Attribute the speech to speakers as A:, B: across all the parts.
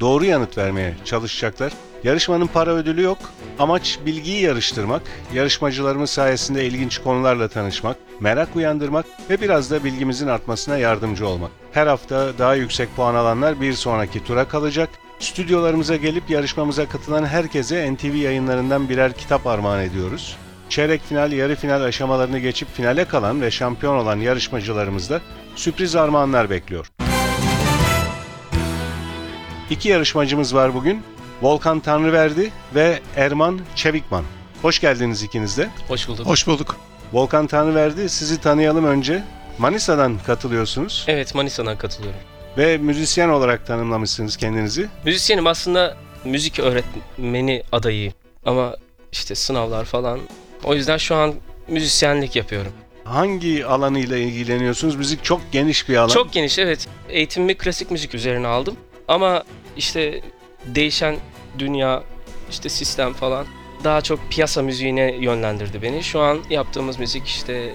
A: doğru yanıt vermeye çalışacaklar. Yarışmanın para ödülü yok. Amaç bilgiyi yarıştırmak, yarışmacılarımız sayesinde ilginç konularla tanışmak, merak uyandırmak ve biraz da bilgimizin artmasına yardımcı olmak. Her hafta daha yüksek puan alanlar bir sonraki tura kalacak. Stüdyolarımıza gelip yarışmamıza katılan herkese NTV yayınlarından birer kitap armağan ediyoruz. Çeyrek final, yarı final aşamalarını geçip finale kalan ve şampiyon olan yarışmacılarımız da sürpriz armağanlar bekliyor. İki yarışmacımız var bugün. Volkan Tanrıverdi ve Erman Çevikman. Hoş geldiniz ikiniz de.
B: Hoş bulduk.
C: Hoş bulduk.
A: Volkan Tanrıverdi, sizi tanıyalım önce. Manisa'dan katılıyorsunuz
B: Evet Manisa'dan katılıyorum.
A: ve müzisyen olarak tanımlamışsınız kendinizi.
B: Müzisyenim aslında müzik öğretmeni adayı ama işte sınavlar falan. O yüzden şu an müzisyenlik yapıyorum.
A: Hangi alanıyla ilgileniyorsunuz? Müzik çok geniş bir alan.
B: Çok geniş evet. Eğitimimi klasik müzik üzerine aldım ama işte değişen dünya, işte sistem falan daha çok piyasa müziğine yönlendirdi beni. Şu an yaptığımız müzik işte e,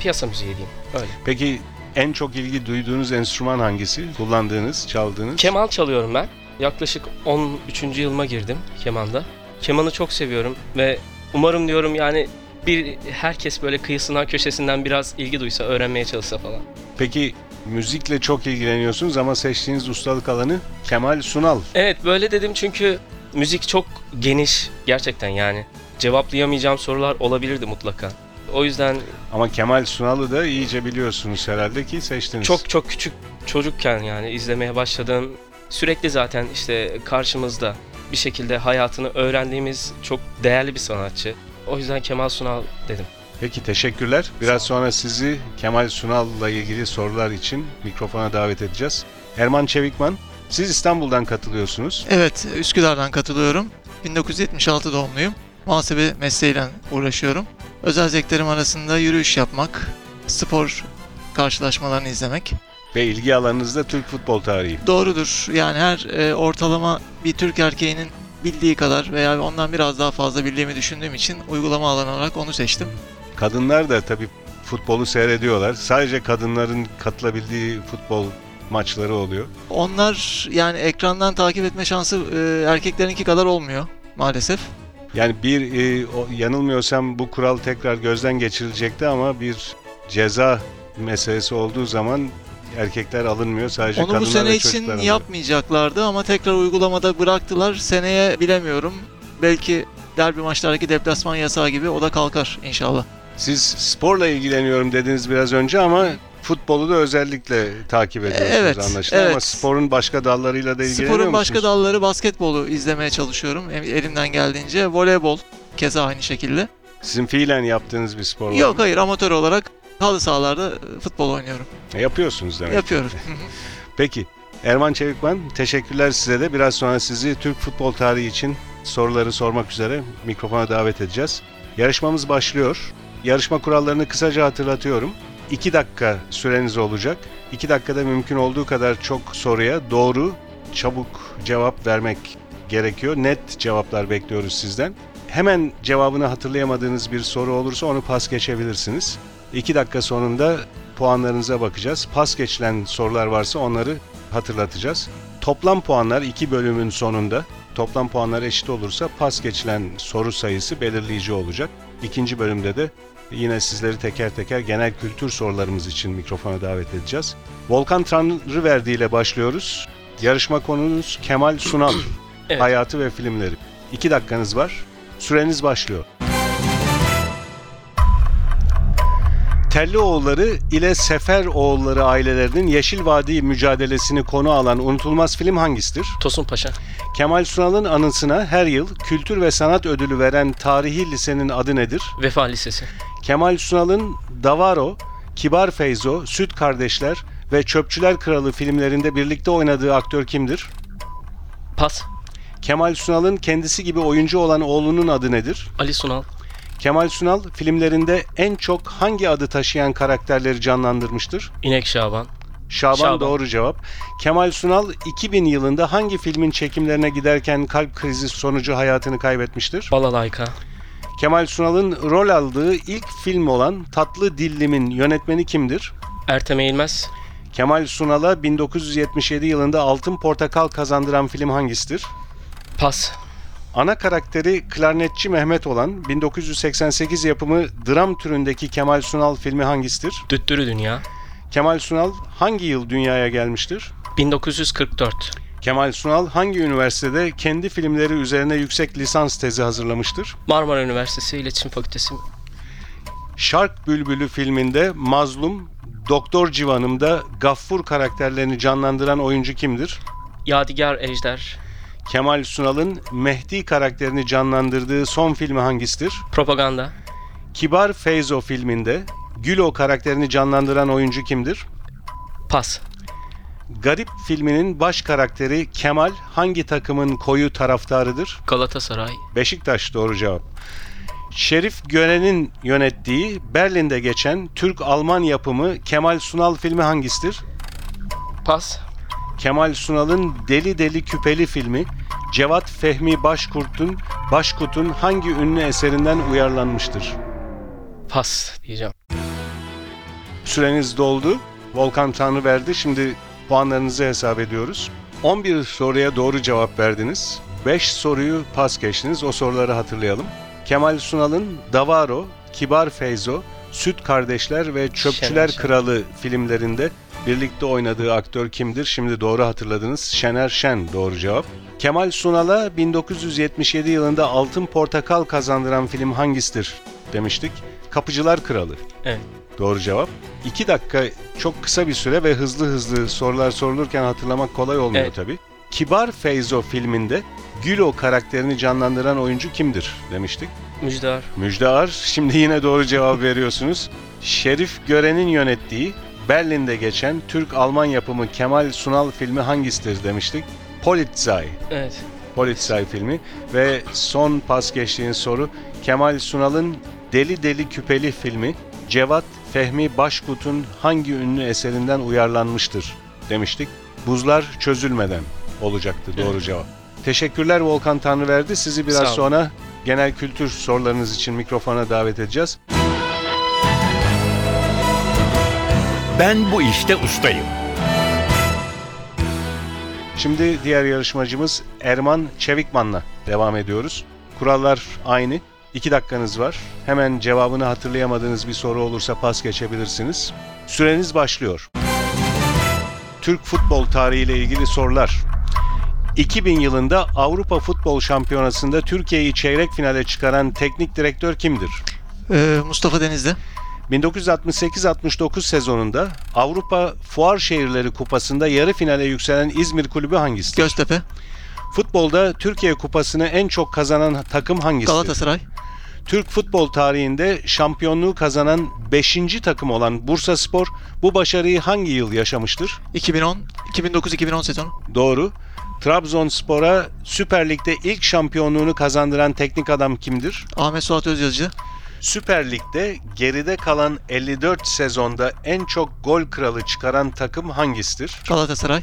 B: piyasa müziği diyeyim. Öyle.
A: Peki en çok ilgi duyduğunuz enstrüman hangisi? Kullandığınız, çaldığınız?
B: Keman çalıyorum ben. Yaklaşık 13. yılıma girdim kemanda. Kemanı çok seviyorum ve umarım diyorum yani bir herkes böyle kıyısından köşesinden biraz ilgi duysa, öğrenmeye çalışsa falan.
A: Peki müzikle çok ilgileniyorsunuz ama seçtiğiniz ustalık alanı Kemal Sunal.
B: Evet böyle dedim çünkü müzik çok geniş gerçekten yani. Cevaplayamayacağım sorular olabilirdi mutlaka. O yüzden
A: Ama Kemal Sunal'ı da iyice biliyorsunuz herhalde ki seçtiniz.
B: çok çok küçük çocukken yani izlemeye başladığım sürekli zaten işte karşımızda bir şekilde hayatını öğrendiğimiz çok değerli bir sanatçı. O yüzden Kemal Sunal dedim.
A: Peki teşekkürler. Biraz sonra sizi Kemal Sunal'la ilgili sorular için mikrofona davet edeceğiz. Erman Çevikman, siz İstanbul'dan katılıyorsunuz.
C: Evet, Üsküdar'dan katılıyorum. 1976 doğumluyum. Muhasebe mesleğiyle uğraşıyorum. Özel zevklerim arasında yürüyüş yapmak, spor karşılaşmalarını izlemek.
A: Ve ilgi alanınız da Türk futbol tarihi.
C: Doğrudur. Yani her e, ortalama bir Türk erkeğinin bildiği kadar veya ondan biraz daha fazla bildiğimi düşündüğüm için uygulama alanı olarak onu seçtim.
A: Kadınlar da tabii futbolu seyrediyorlar. Sadece kadınların katılabildiği futbol maçları oluyor.
C: Onlar yani ekrandan takip etme şansı e, erkeklerinki kadar olmuyor maalesef.
A: Yani bir e, o- yanılmıyorsam bu kural tekrar gözden geçirilecekti ama bir ceza meselesi olduğu zaman erkekler alınmıyor sadece
C: Onu bu
A: kadınlar
C: sene
A: ve
C: için
A: çocuklar alınıyor.
C: yapmayacaklardı ama tekrar uygulamada bıraktılar. Seneye bilemiyorum. Belki derbi maçlardaki deplasman yasağı gibi o da kalkar inşallah.
A: Siz sporla ilgileniyorum dediniz biraz önce ama futbolu da özellikle takip ediyorsunuz
C: E, Evet,
A: anlaşılan ama
C: evet.
A: sporun başka dallarıyla da ilgileniyor
C: Sporun başka
A: musunuz?
C: dalları basketbolu izlemeye çalışıyorum Em- elimden geldiğince. Voleybol keza aynı şekilde.
A: Sizin fiilen yaptığınız bir spor var mı?
C: Yok hayır amatör olarak halı sahalarda e, futbol oynuyorum.
A: Yapıyorsunuz demek.
C: Yapıyorum.
A: Peki Erman Çevikman teşekkürler size de. Biraz sonra sizi Türk futbol tarihi için soruları sormak üzere mikrofona davet edeceğiz. Yarışmamız başlıyor. Yarışma kurallarını kısaca hatırlatıyorum. 2 dakika süreniz olacak. 2 dakikada mümkün olduğu kadar çok soruya doğru, çabuk cevap vermek gerekiyor. Net cevaplar bekliyoruz sizden. Hemen cevabını hatırlayamadığınız bir soru olursa onu pas geçebilirsiniz. 2 dakika sonunda puanlarınıza bakacağız. Pas geçilen sorular varsa onları hatırlatacağız. Toplam puanlar iki bölümün sonunda toplam puanlar eşit olursa pas geçilen soru sayısı belirleyici olacak. İkinci bölümde de yine sizleri teker teker genel kültür sorularımız için mikrofona davet edeceğiz. Volkan Tanrıverdi ile başlıyoruz. Yarışma konumuz Kemal Sunal.
B: Evet.
A: Hayatı ve filmleri. İki dakikanız var. Süreniz başlıyor. Tellioğulları ile Seferoğulları ailelerinin Yeşil Vadi mücadelesini konu alan unutulmaz film hangisidir?
B: Tosun Paşa.
A: Kemal Sunal'ın anısına her yıl kültür ve sanat ödülü veren tarihi lisenin adı nedir?
B: Vefa Lisesi.
A: Kemal Sunal'ın Davaro, Kibar Feyzo, Süt Kardeşler ve Çöpçüler Kralı filmlerinde birlikte oynadığı aktör kimdir?
B: Pas.
A: Kemal Sunal'ın kendisi gibi oyuncu olan oğlunun adı nedir?
B: Ali Sunal.
A: Kemal Sunal filmlerinde en çok hangi adı taşıyan karakterleri canlandırmıştır?
B: İnek Şaban.
A: Şaban,
B: Şaban.
A: doğru cevap. Kemal Sunal 2000 yılında hangi filmin çekimlerine giderken kalp krizi sonucu hayatını kaybetmiştir?
B: Balalayka.
A: Kemal Sunal'ın rol aldığı ilk film olan Tatlı Dillim'in yönetmeni kimdir?
B: Ertem Eğilmez.
A: Kemal Sunal'a 1977 yılında Altın Portakal kazandıran film hangisidir?
B: Pas.
A: Ana karakteri klarnetçi Mehmet olan 1988 yapımı dram türündeki Kemal Sunal filmi hangisidir?
B: Düttürü Dünya.
A: Kemal Sunal hangi yıl dünyaya gelmiştir?
B: 1944.
A: Kemal Sunal hangi üniversitede kendi filmleri üzerine yüksek lisans tezi hazırlamıştır?
B: Marmara Üniversitesi İletişim Fakültesi.
A: Şark Bülbülü filminde Mazlum, Doktor Civan'ımda Gaffur karakterlerini canlandıran oyuncu kimdir?
B: Yadigar Ejder.
A: Kemal Sunal'ın Mehdi karakterini canlandırdığı son filmi hangisidir?
B: Propaganda.
A: Kibar Feyzo filminde Gülo karakterini canlandıran oyuncu kimdir?
B: Pas.
A: Garip filminin baş karakteri Kemal hangi takımın koyu taraftarıdır?
B: Galatasaray.
A: Beşiktaş doğru cevap. Şerif Gören'in yönettiği Berlin'de geçen Türk-Alman yapımı Kemal Sunal filmi hangisidir?
B: Pas.
A: Kemal Sunal'ın Deli Deli Küpeli filmi Cevat Fehmi Başkurt'un Başkut'un hangi ünlü eserinden uyarlanmıştır?
B: Pas diyeceğim.
A: Süreniz doldu. Volkan Tanrı verdi. Şimdi puanlarınızı hesap ediyoruz. 11 soruya doğru cevap verdiniz. 5 soruyu pas geçtiniz. O soruları hatırlayalım. Kemal Sunal'ın Davaro, Kibar Feyzo, Süt Kardeşler ve Çöpçüler
B: Şener Şen.
A: Kralı filmlerinde birlikte oynadığı aktör kimdir? Şimdi doğru hatırladınız. Şener Şen doğru cevap. Kemal Sunal'a 1977 yılında Altın Portakal kazandıran film hangisidir demiştik. Kapıcılar Kralı.
B: Evet.
A: Doğru cevap. 2 dakika çok kısa bir süre ve hızlı hızlı sorular sorulurken hatırlamak kolay olmuyor
B: Evet.
A: tabii. Kibar Feyzo filminde Gülo karakterini canlandıran oyuncu kimdir demiştik.
B: Müjdar.
A: Müjde Ar, şimdi yine doğru cevap veriyorsunuz. Şerif Gören'in yönettiği Berlin'de geçen Türk-Alman yapımı Kemal Sunal filmi hangisidir demiştik. Polizei.
B: Evet.
A: Politsay filmi ve son pas geçtiğin soru Kemal Sunal'ın Deli Deli Küpeli filmi Cevat Fehmi Başkut'un hangi ünlü eserinden uyarlanmıştır demiştik. Buzlar çözülmeden olacaktı doğru cevap. Teşekkürler Volkan Tanrıverdi. Sizi
B: Sağ
A: biraz
B: olun.
A: sonra genel kültür sorularınız için mikrofona davet edeceğiz.
D: Ben bu işte ustayım.
A: Şimdi diğer yarışmacımız Erman Çevikman'la devam ediyoruz. Kurallar aynı. 2 dakikanız var. Hemen cevabını hatırlayamadığınız bir soru olursa pas geçebilirsiniz. Süreniz başlıyor. Türk futbol tarihiyle ilgili sorular. 2000 yılında Avrupa Futbol Şampiyonası'nda Türkiye'yi çeyrek finale çıkaran teknik direktör kimdir?
C: Ee, Mustafa Denizli,
A: 1968-69 sezonunda Avrupa Fuar Şehirleri Kupası'nda yarı finale yükselen İzmir Kulübü hangisidir?
C: Göztepe,
A: Futbolda Türkiye Kupası'nı en çok kazanan takım hangisi?
C: Galatasaray,
A: Türk futbol tarihinde şampiyonluğu kazanan 5. takım olan Bursaspor bu başarıyı hangi yıl yaşamıştır?
C: 2010, 2009-2010 sezonu,
A: Doğru. Trabzonspor'a Süper Lig'de ilk şampiyonluğunu kazandıran teknik adam kimdir?
C: Ahmet Suat Özyazıcı,
A: Süper Lig'de geride kalan 54 sezonda en çok gol kralı çıkaran takım hangisidir?
C: Galatasaray,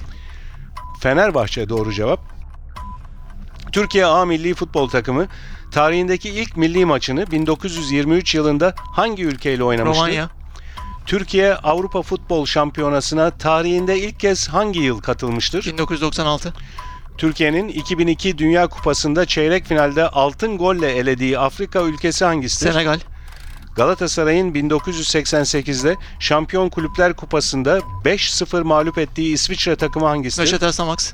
A: Fenerbahçe doğru cevap. Türkiye A Milli Futbol Takımı tarihindeki ilk milli maçını 1923 yılında hangi ülkeyle oynamıştı?
C: Romanya,
A: Türkiye Avrupa Futbol Şampiyonası'na tarihinde ilk kez hangi yıl katılmıştır?
C: 1996,
A: Türkiye'nin 2002 Dünya Kupası'nda çeyrek finalde altın golle elediği Afrika ülkesi hangisidir?
C: Senegal,
A: Galatasaray'ın 1988'de Şampiyon Kulüpler Kupası'nda 5-0 mağlup ettiği İsviçre takımı hangisidir?
C: Neşet Ersamax,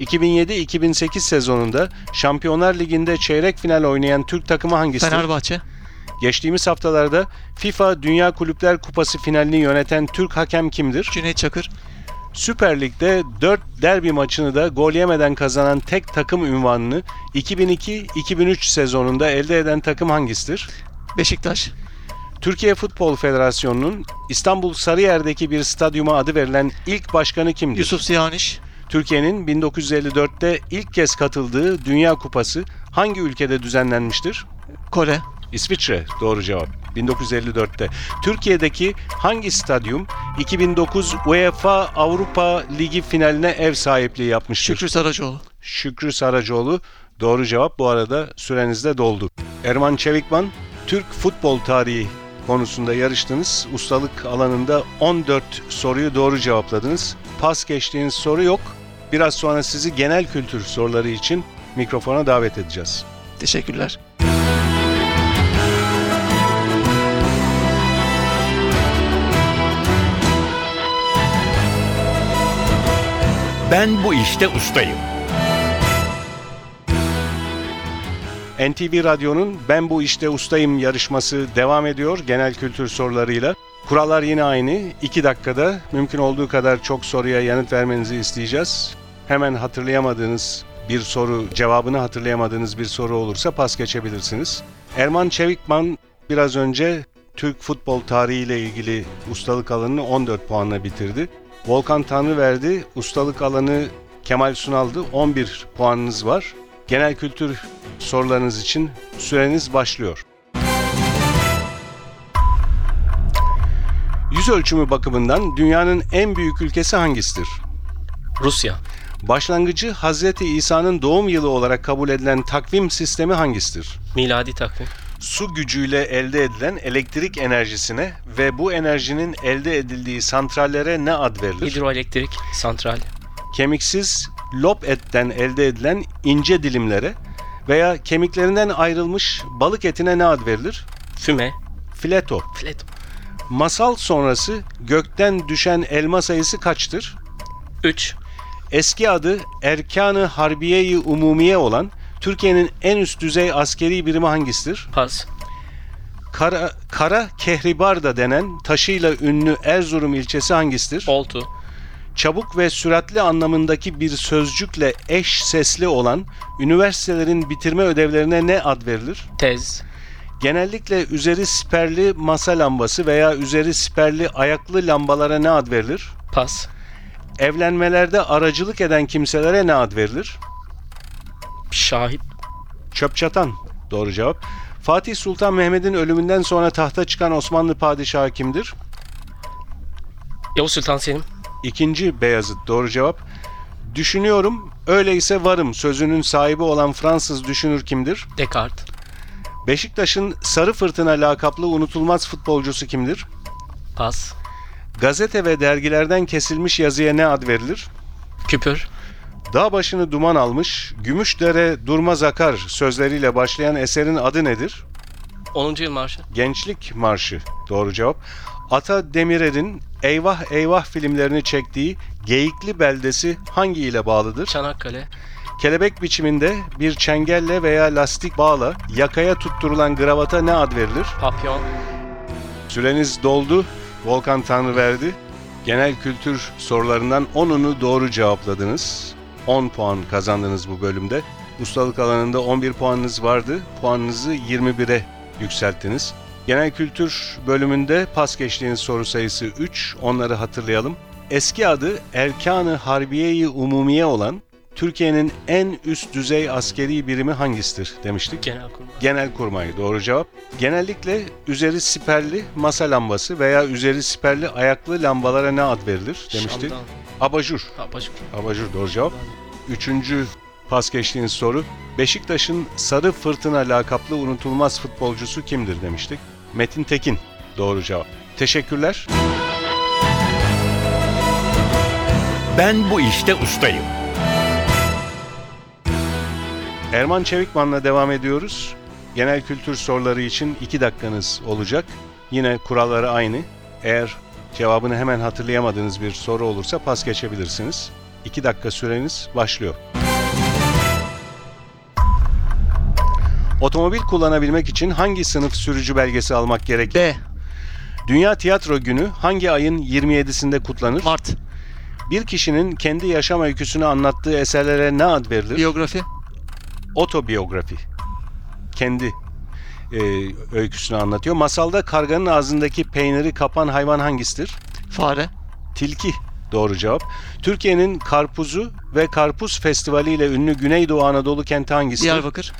A: 2007-2008 sezonunda Şampiyonlar Ligi'nde çeyrek final oynayan Türk takımı hangisidir?
C: Fenerbahçe,
A: Geçtiğimiz haftalarda FIFA Dünya Kulüpler Kupası finalini yöneten Türk hakem kimdir?
C: Cüneyt Çakır,
A: Süper Lig'de 4 derbi maçını da gol yemeden kazanan tek takım ünvanını 2002-2003 sezonunda elde eden takım hangisidir?
C: Beşiktaş,
A: Türkiye Futbol Federasyonu'nun İstanbul Sarıyer'deki bir stadyuma adı verilen ilk başkanı kimdir?
C: Yusuf Siyaniş,
A: Türkiye'nin 1954'te ilk kez katıldığı Dünya Kupası hangi ülkede düzenlenmiştir?
C: Kore,
A: İsviçre doğru cevap. 1954'te. Türkiye'deki hangi stadyum 2009 UEFA Avrupa Ligi finaline ev sahipliği yapmıştır?
C: Şükrü Saracoğlu.
A: Şükrü Saracoğlu doğru cevap. Bu arada süreniz de doldu. Erman Çevikman, Türk futbol tarihi konusunda yarıştınız. Ustalık alanında 14 soruyu doğru cevapladınız. Pas geçtiğiniz soru yok. Biraz sonra sizi genel kültür soruları için mikrofona davet edeceğiz.
C: Teşekkürler.
D: Ben bu işte ustayım.
A: NTV Radyo'nun Ben Bu İşte Ustayım yarışması devam ediyor genel kültür sorularıyla. Kurallar yine aynı. 2 dakikada mümkün olduğu kadar çok soruya yanıt vermenizi isteyeceğiz. Hemen hatırlayamadığınız bir soru, cevabını hatırlayamadığınız bir soru olursa pas geçebilirsiniz. Erman Çevikman biraz önce Türk futbol tarihiyle ilgili ustalık alanını 14 puanla bitirdi. Volkan Tanrıverdi ustalık alanı Kemal Sunal'dı. 11 puanınız var. Genel kültür sorularınız için süreniz başlıyor. Yüz ölçümü bakımından dünyanın en büyük ülkesi hangisidir?
B: Rusya,
A: Başlangıcı Hz. İsa'nın doğum yılı olarak kabul edilen takvim sistemi hangisidir?
B: miladi takvim,
A: Su gücüyle elde edilen elektrik enerjisine ve bu enerjinin elde edildiği santrallere ne ad verilir?
B: hidroelektrik, santral,
A: kemiksiz lob etten elde edilen ince dilimlere veya kemiklerinden ayrılmış balık etine ne ad verilir?
B: füme,
A: Fileto.
B: flat.
A: Masal sonrası gökten düşen elma sayısı kaçtır?
B: 3,
A: Eski adı Erkanı Harbiye-i Umumiye olan Türkiye'nin en üst düzey askeri birimi hangisidir?
B: pas,
A: Kara, Kara Kehribar da denen taşıyla ünlü Erzurum ilçesi hangisidir?
B: oltu,
A: çabuk ve süratli anlamındaki bir sözcükle eş sesli olan üniversitelerin bitirme ödevlerine ne ad verilir?
B: tez,
A: Genellikle üzeri siperli masa lambası veya üzeri siperli ayaklı lambalara ne ad verilir?
B: pas,
A: Evlenmelerde aracılık eden kimselere ne ad verilir?
B: şahit,
A: Çöp çatan. Doğru cevap. Fatih Sultan Mehmet'in ölümünden sonra tahta çıkan Osmanlı padişahı kimdir?
B: Yavuz Sultan Selim,
A: İkinci Beyazıt doğru cevap. Düşünüyorum, öyleyse varım sözünün sahibi olan Fransız düşünür kimdir?
B: Descartes,
A: Beşiktaş'ın Sarı Fırtına lakaplı unutulmaz futbolcusu kimdir?
B: pas,
A: Gazete ve dergilerden kesilmiş yazıya ne ad verilir?
B: küpür,
A: Dağ başını duman almış, Gümüşdere durmaz akar sözleriyle başlayan eserin adı nedir?
B: 10. Yıl Marşı,
A: Gençlik Marşı. Doğru cevap. Ata Demirer'in Eyvah Eyvah filmlerini çektiği Geyikli beldesi hangi ile bağlıdır?
B: Çanakkale,
A: Kelebek biçiminde bir çengelle veya lastik bağla yakaya tutturulan gravata ne ad verilir?
B: papyon,
A: Süreniz doldu. Volkan Tanrıverdi. Genel kültür sorularından 10'unu doğru cevapladınız. 10 puan kazandınız bu bölümde. Ustalık alanında 11 puanınız vardı. Puanınızı 21'e yükselttiniz. Genel kültür bölümünde pas geçtiğiniz soru sayısı 3. Onları hatırlayalım. Eski adı Erkanı Harbiye-i Umumiye olan Türkiye'nin en üst düzey askeri birimi hangisidir demiştik.
B: genelkurmay,
A: Genelkurmay doğru cevap. Genellikle üzeri siperli masa lambası veya üzeri siperli ayaklı lambalara ne ad verilir demiştik.
B: Şam'dan,
A: Abajur.
B: Abacık,
A: Abajur doğru cevap. Üçüncü pas geçtiğiniz soru. Beşiktaş'ın Sarı Fırtına lakaplı unutulmaz futbolcusu kimdir demiştik. Metin Tekin doğru cevap. Teşekkürler.
D: Ben bu işte ustayım.
A: Erman Çevikman'la devam ediyoruz. Genel kültür soruları için 2 dakikanız olacak. Yine kuralları aynı. Eğer cevabını hemen hatırlayamadığınız bir soru olursa pas geçebilirsiniz. 2 dakika süreniz başlıyor. Otomobil kullanabilmek için hangi sınıf sürücü belgesi almak gerekir?
C: B.
A: Dünya Tiyatro Günü hangi ayın 27'sinde kutlanır?
C: Mart.
A: Bir kişinin kendi yaşam öyküsünü anlattığı eserlere ne ad verilir?
C: Biyografi.
A: otobiyografi. Kendi e, öyküsünü anlatıyor. Masalda karganın ağzındaki peyniri kapan hayvan hangisidir?
C: Fare.
A: Tilki. Doğru cevap. Türkiye'nin karpuzu ve karpuz festivali ile ünlü Güneydoğu Anadolu kenti hangisidir?
C: Diyarbakır.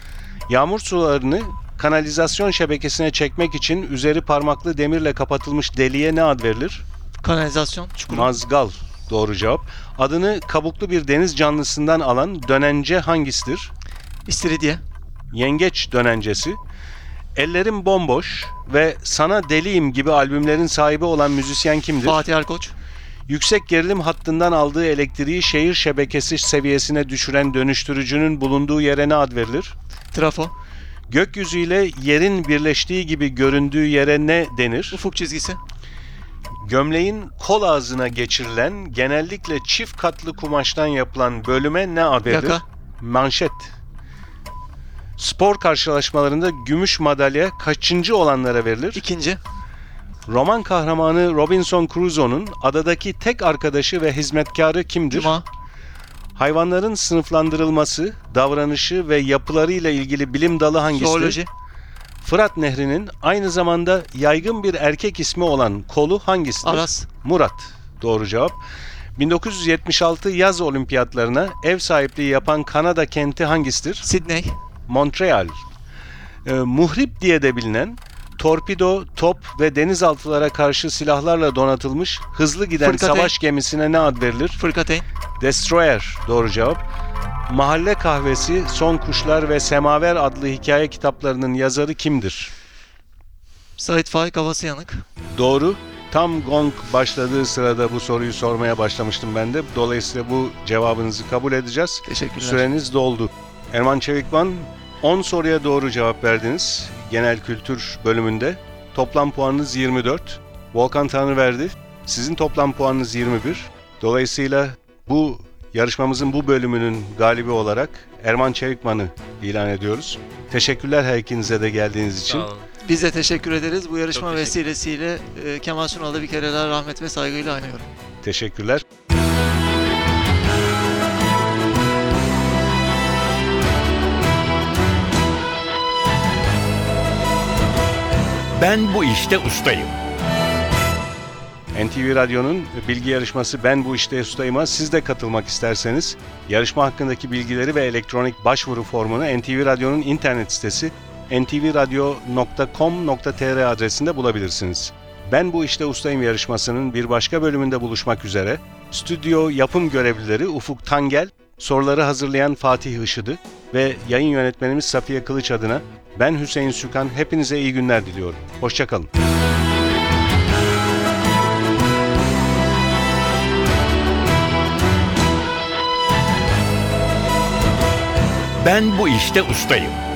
A: Yağmur sularını kanalizasyon şebekesine çekmek için üzeri parmaklı demirle kapatılmış deliğe ne ad verilir?
C: Kanalizasyon çukuru.
A: Mazgal doğru cevap. Adını kabuklu bir deniz canlısından alan dönence hangisidir?
C: İstiridye.
A: Yengeç dönencesi. Ellerim bomboş ve Sana Deliyim gibi albümlerin sahibi olan müzisyen kimdir?
C: Fatih Erkoç.
A: Yüksek gerilim hattından aldığı elektriği şehir şebekesi seviyesine düşüren dönüştürücünün bulunduğu yere ne ad verilir?
C: Trafo.
A: Gökyüzüyle yerin birleştiği gibi göründüğü yere ne denir?
C: Ufuk çizgisi.
A: Gömleğin kol ağzına geçirilen, genellikle çift katlı kumaştan yapılan bölüme ne ad verilir?
C: Yaka.
A: Manşet. Spor karşılaşmalarında gümüş madalya kaçıncı olanlara verilir?
C: İkinci.
A: Roman kahramanı Robinson Crusoe'nun adadaki tek arkadaşı ve hizmetkarı kimdir?
C: Cuma.
A: Hayvanların sınıflandırılması, davranışı ve yapılarıyla ilgili bilim dalı hangisidir?
C: Zooloji.
A: Fırat Nehri'nin aynı zamanda yaygın bir erkek ismi olan kolu hangisidir?
C: Aras.
A: Murat. Doğru cevap. 1976 yaz olimpiyatlarına ev sahipliği yapan Kanada kenti hangisidir?
C: Sydney.
A: Montreal. Ee, muhrip diye de bilinen torpido, top ve denizaltılara karşı silahlarla donatılmış hızlı giden
C: Fırkateyn.
A: savaş gemisine ne ad verilir?
C: Fırkateyn.
A: Destroyer. Doğru cevap. Mahalle Kahvesi, Son Kuşlar ve Semaver adlı hikaye kitaplarının yazarı kimdir?
C: Sait Faik havası yanık.
A: Doğru. Tam gong başladığı sırada bu soruyu sormaya başlamıştım ben de. Dolayısıyla bu cevabınızı kabul edeceğiz.
C: Teşekkürler.
A: Süreniz doldu. Erman Çevikman 10 soruya doğru cevap verdiniz. Genel kültür bölümünde. Toplam puanınız 24. Volkan Tanrıverdi. Sizin toplam puanınız 21. Dolayısıyla bu yarışmamızın bu bölümünün galibi olarak Erman Çevikman'ı ilan ediyoruz. Teşekkürler her ikinize de geldiğiniz için.
B: Sağ olun.
C: Biz de teşekkür ederiz. Bu yarışma
B: Çok teşekkür-
C: vesilesiyle e, Kemal Sunal'a bir kere daha rahmet ve saygıyla anıyorum.
A: Teşekkürler.
D: Ben bu işte ustayım.
A: NTV Radyo'nun bilgi yarışması Ben Bu İşte Ustayım'a siz de katılmak isterseniz yarışma hakkındaki bilgileri ve elektronik başvuru formunu NTV Radyo'nun internet sitesi ntvradio.com.tr adresinde bulabilirsiniz. Ben Bu İşte Ustayım yarışmasının bir başka bölümünde buluşmak üzere stüdyo yapım görevlileri Ufuk Tangel, soruları hazırlayan Fatih Işıdı ve yayın yönetmenimiz Safiye Kılıç adına ben Hüseyin Sükan hepinize iyi günler diliyorum. Hoşçakalın.
D: Ben bu işte ustayım.